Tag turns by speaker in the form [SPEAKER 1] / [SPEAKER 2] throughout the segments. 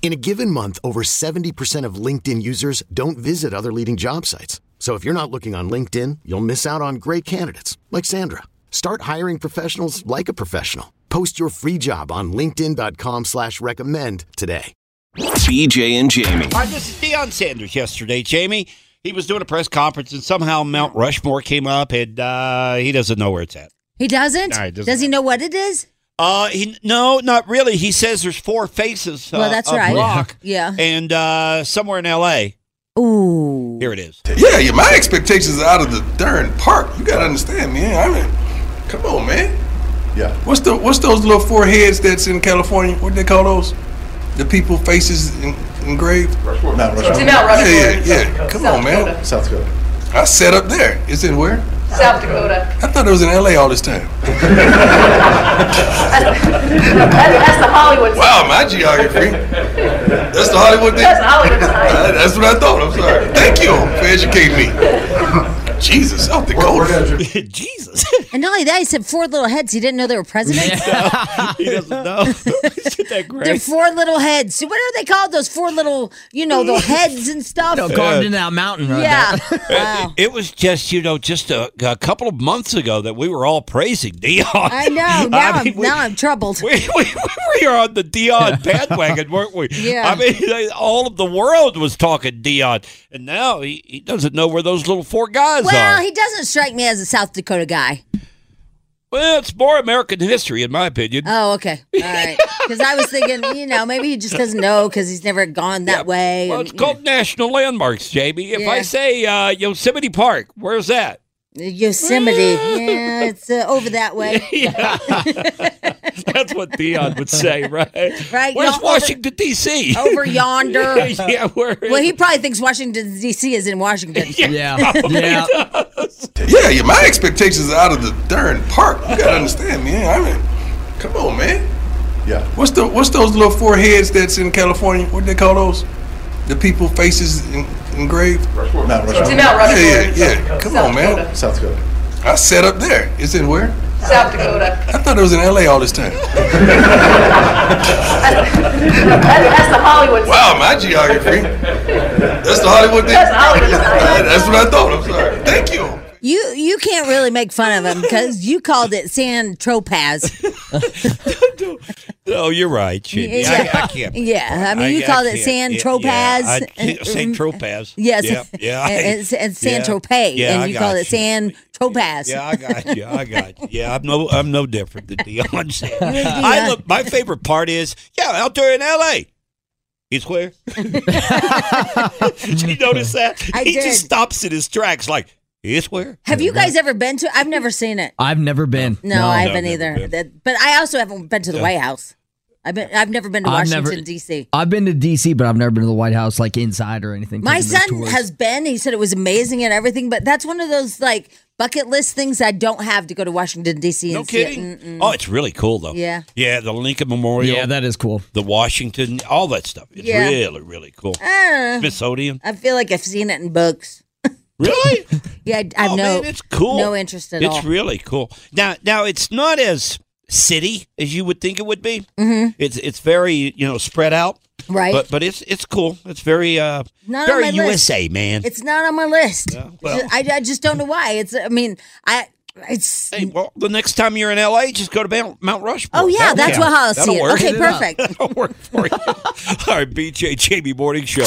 [SPEAKER 1] In a given month, over 70% of LinkedIn users don't visit other leading job sites. So if you're not looking on LinkedIn, you'll miss out on great candidates like Sandra. Start hiring professionals like a professional. Post your free job on LinkedIn.com slash recommend today.
[SPEAKER 2] BJ and Jamie.
[SPEAKER 3] All right, this is Deion Sanders yesterday, Jamie. He was doing a press conference and somehow Mount Rushmore came up and uh, he doesn't know where it's at.
[SPEAKER 4] He doesn't?
[SPEAKER 3] No, he doesn't.
[SPEAKER 4] Does he know what it is?
[SPEAKER 3] Uh, he, no, not really. He says there's four faces. Uh,
[SPEAKER 4] Well, that's
[SPEAKER 3] of
[SPEAKER 4] right.
[SPEAKER 3] Rock,
[SPEAKER 4] Yeah.
[SPEAKER 3] And uh, somewhere in L.A.
[SPEAKER 4] Ooh.
[SPEAKER 3] Here it is.
[SPEAKER 5] Yeah, yeah, my expectations are out of the darn park. You gotta understand, man. I mean, come on, man. Yeah. What's the what's those little four heads that's in California? What do they call those? The people faces en- engraved.
[SPEAKER 6] Mount Rushmore.
[SPEAKER 5] Yeah, yeah, yeah. Come on, man.
[SPEAKER 6] South Dakota.
[SPEAKER 5] I sat up there. It's in where?
[SPEAKER 7] South Dakota.
[SPEAKER 5] I thought it was in L.A. all this time.
[SPEAKER 7] That's, that's the Hollywood side.
[SPEAKER 5] Wow, my geography. That's the Hollywood thing.
[SPEAKER 7] That's the Hollywood
[SPEAKER 5] Uh,
[SPEAKER 7] side.
[SPEAKER 5] That's what I thought. I'm sorry. Thank you for educating me. Jesus, South Dakota.
[SPEAKER 3] Jesus,
[SPEAKER 4] And not only that, he said four little heads. He didn't know they were presidents.
[SPEAKER 3] he doesn't know. Isn't that
[SPEAKER 4] They're
[SPEAKER 3] great?
[SPEAKER 4] four little heads. So what are they called? Those four little, you know, the heads and stuff.
[SPEAKER 8] carved into that mountain right
[SPEAKER 4] yeah.
[SPEAKER 8] there.
[SPEAKER 4] wow.
[SPEAKER 3] It was just you know just a, a couple of months ago that we were all praising Dion.
[SPEAKER 4] I know. Now I
[SPEAKER 3] mean,
[SPEAKER 4] am
[SPEAKER 3] we-
[SPEAKER 4] now I'm troubled.
[SPEAKER 3] we, we, we were on the Dion bandwagon, weren't we?
[SPEAKER 4] Yeah.
[SPEAKER 3] I mean, they- all of the world was talking Dion, and now he, he doesn't know where those little four guys
[SPEAKER 4] Well,
[SPEAKER 3] are.
[SPEAKER 4] he doesn't strike me as a South Dakota guy.
[SPEAKER 3] well, it's more American history, in my opinion.
[SPEAKER 4] Oh, okay. All right. Because I was thinking, you know, maybe he just doesn't know because he's never gone that way.
[SPEAKER 3] well,
[SPEAKER 4] and,
[SPEAKER 3] it's called National Landmarks, Jamie. If I
[SPEAKER 4] Yeah.
[SPEAKER 3] say uh, Yosemite Park, where's that?
[SPEAKER 4] Yosemite. yeah, it's uh, over that way.
[SPEAKER 3] Yeah. That's what Dion would say, right? Where's
[SPEAKER 4] Right, y'all, over- Oh,
[SPEAKER 3] Washington, D.C.?
[SPEAKER 4] Over yonder.
[SPEAKER 3] yeah, where is
[SPEAKER 4] Well, he probably thinks Washington D.C. is in Washington.
[SPEAKER 8] Yeah. Yeah.
[SPEAKER 5] Yeah, yeah, my expectations are out of the darn park. You gotta understand, man. I mean, come on, man.
[SPEAKER 6] Yeah.
[SPEAKER 5] What's the what's those little four heads that's in California? What do they call those? The people faces en- engraved.
[SPEAKER 6] Mount
[SPEAKER 7] To
[SPEAKER 6] Rushmore.
[SPEAKER 7] Mount
[SPEAKER 5] Yeah, yeah,
[SPEAKER 7] Rushmore.
[SPEAKER 5] yeah. Come on, man.
[SPEAKER 6] South Dakota.
[SPEAKER 5] I sat up there. It's in where?
[SPEAKER 7] South Dakota.
[SPEAKER 5] I thought it was in L.A. all this time.
[SPEAKER 7] That's, that's the Hollywood side.
[SPEAKER 5] Wow, my geography. That's the Hollywood thing.
[SPEAKER 7] That's the Hollywood
[SPEAKER 5] Uh,
[SPEAKER 7] side.
[SPEAKER 5] That's what I thought. I'm sorry. Thank you.
[SPEAKER 4] You you can't really make fun of him because you called it San Tropaz.
[SPEAKER 3] Oh, you're right, Jamie.
[SPEAKER 4] Yeah.
[SPEAKER 3] I, I can't.
[SPEAKER 4] Yeah, I mean, you
[SPEAKER 3] call
[SPEAKER 4] called it San Tropaz. mm,
[SPEAKER 3] San Tropaz.
[SPEAKER 4] Yes.
[SPEAKER 3] Yeah. Yeah. I-
[SPEAKER 4] And, and, and San
[SPEAKER 3] yeah.
[SPEAKER 4] Tropez,
[SPEAKER 3] Yeah,
[SPEAKER 4] and
[SPEAKER 3] I
[SPEAKER 4] you called
[SPEAKER 3] got
[SPEAKER 4] it San Tropaz.
[SPEAKER 3] Yeah, I got you. I got you. Yeah, I'm no, I'm no different than Dion. said. I look. My favorite part is, yeah, out there in L.A. He's where? did you notice that?
[SPEAKER 4] I
[SPEAKER 3] he
[SPEAKER 4] did.
[SPEAKER 3] just stops in his tracks, like he's where?
[SPEAKER 4] Have you guys ever been to? I've never seen it.
[SPEAKER 8] I've never been.
[SPEAKER 4] No, I haven't
[SPEAKER 3] never
[SPEAKER 4] either.
[SPEAKER 3] been.
[SPEAKER 4] That- but I also haven't been to the White House. I've been. I've never been to
[SPEAKER 8] I've
[SPEAKER 4] Washington
[SPEAKER 8] never-
[SPEAKER 4] D.C.
[SPEAKER 8] I've been to DC, but I've never been to the White House, like inside or anything.
[SPEAKER 4] My
[SPEAKER 8] 'cause of the
[SPEAKER 4] son
[SPEAKER 8] tours.
[SPEAKER 4] has been. He said it was amazing and everything. But that's one of those like bucket list things I don't have to go to Washington D.C.
[SPEAKER 3] No
[SPEAKER 4] and see it.
[SPEAKER 3] kidding.
[SPEAKER 4] Mm-mm.
[SPEAKER 3] Oh, it's really cool though.
[SPEAKER 4] Yeah.
[SPEAKER 3] Yeah, the Lincoln Memorial.
[SPEAKER 8] Yeah, that is cool.
[SPEAKER 3] the Washington, all that stuff. It's
[SPEAKER 4] Yeah. Uh.
[SPEAKER 3] really, really cool.
[SPEAKER 4] I don't know.
[SPEAKER 3] Smithsonian.
[SPEAKER 4] I feel like I've seen it in books.
[SPEAKER 3] Really?
[SPEAKER 4] Yeah, I, I have
[SPEAKER 3] oh,
[SPEAKER 4] no,
[SPEAKER 3] man, it's cool.
[SPEAKER 4] no interest at
[SPEAKER 3] it's
[SPEAKER 4] all.
[SPEAKER 3] really cool. Now, now it's not as city as you would think it would be. Mm-hmm. It's it's very you know spread out,
[SPEAKER 4] right?
[SPEAKER 3] but but it's it's cool. It's very uh
[SPEAKER 4] Not on
[SPEAKER 3] very
[SPEAKER 4] my list.
[SPEAKER 3] USA man.
[SPEAKER 4] it's not on my list.
[SPEAKER 3] well.
[SPEAKER 4] I, I just don't know why. It's. I mean, I. It's.
[SPEAKER 3] hey, well, the next time you're in LA, just go to Mount, Mount Rushmore.
[SPEAKER 4] oh yeah, that's
[SPEAKER 3] what
[SPEAKER 4] what I'll see it. Okay,
[SPEAKER 8] it up.
[SPEAKER 4] perfect.
[SPEAKER 3] That'll work for you. all right, BJ Jamie Morning Show.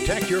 [SPEAKER 5] Protect your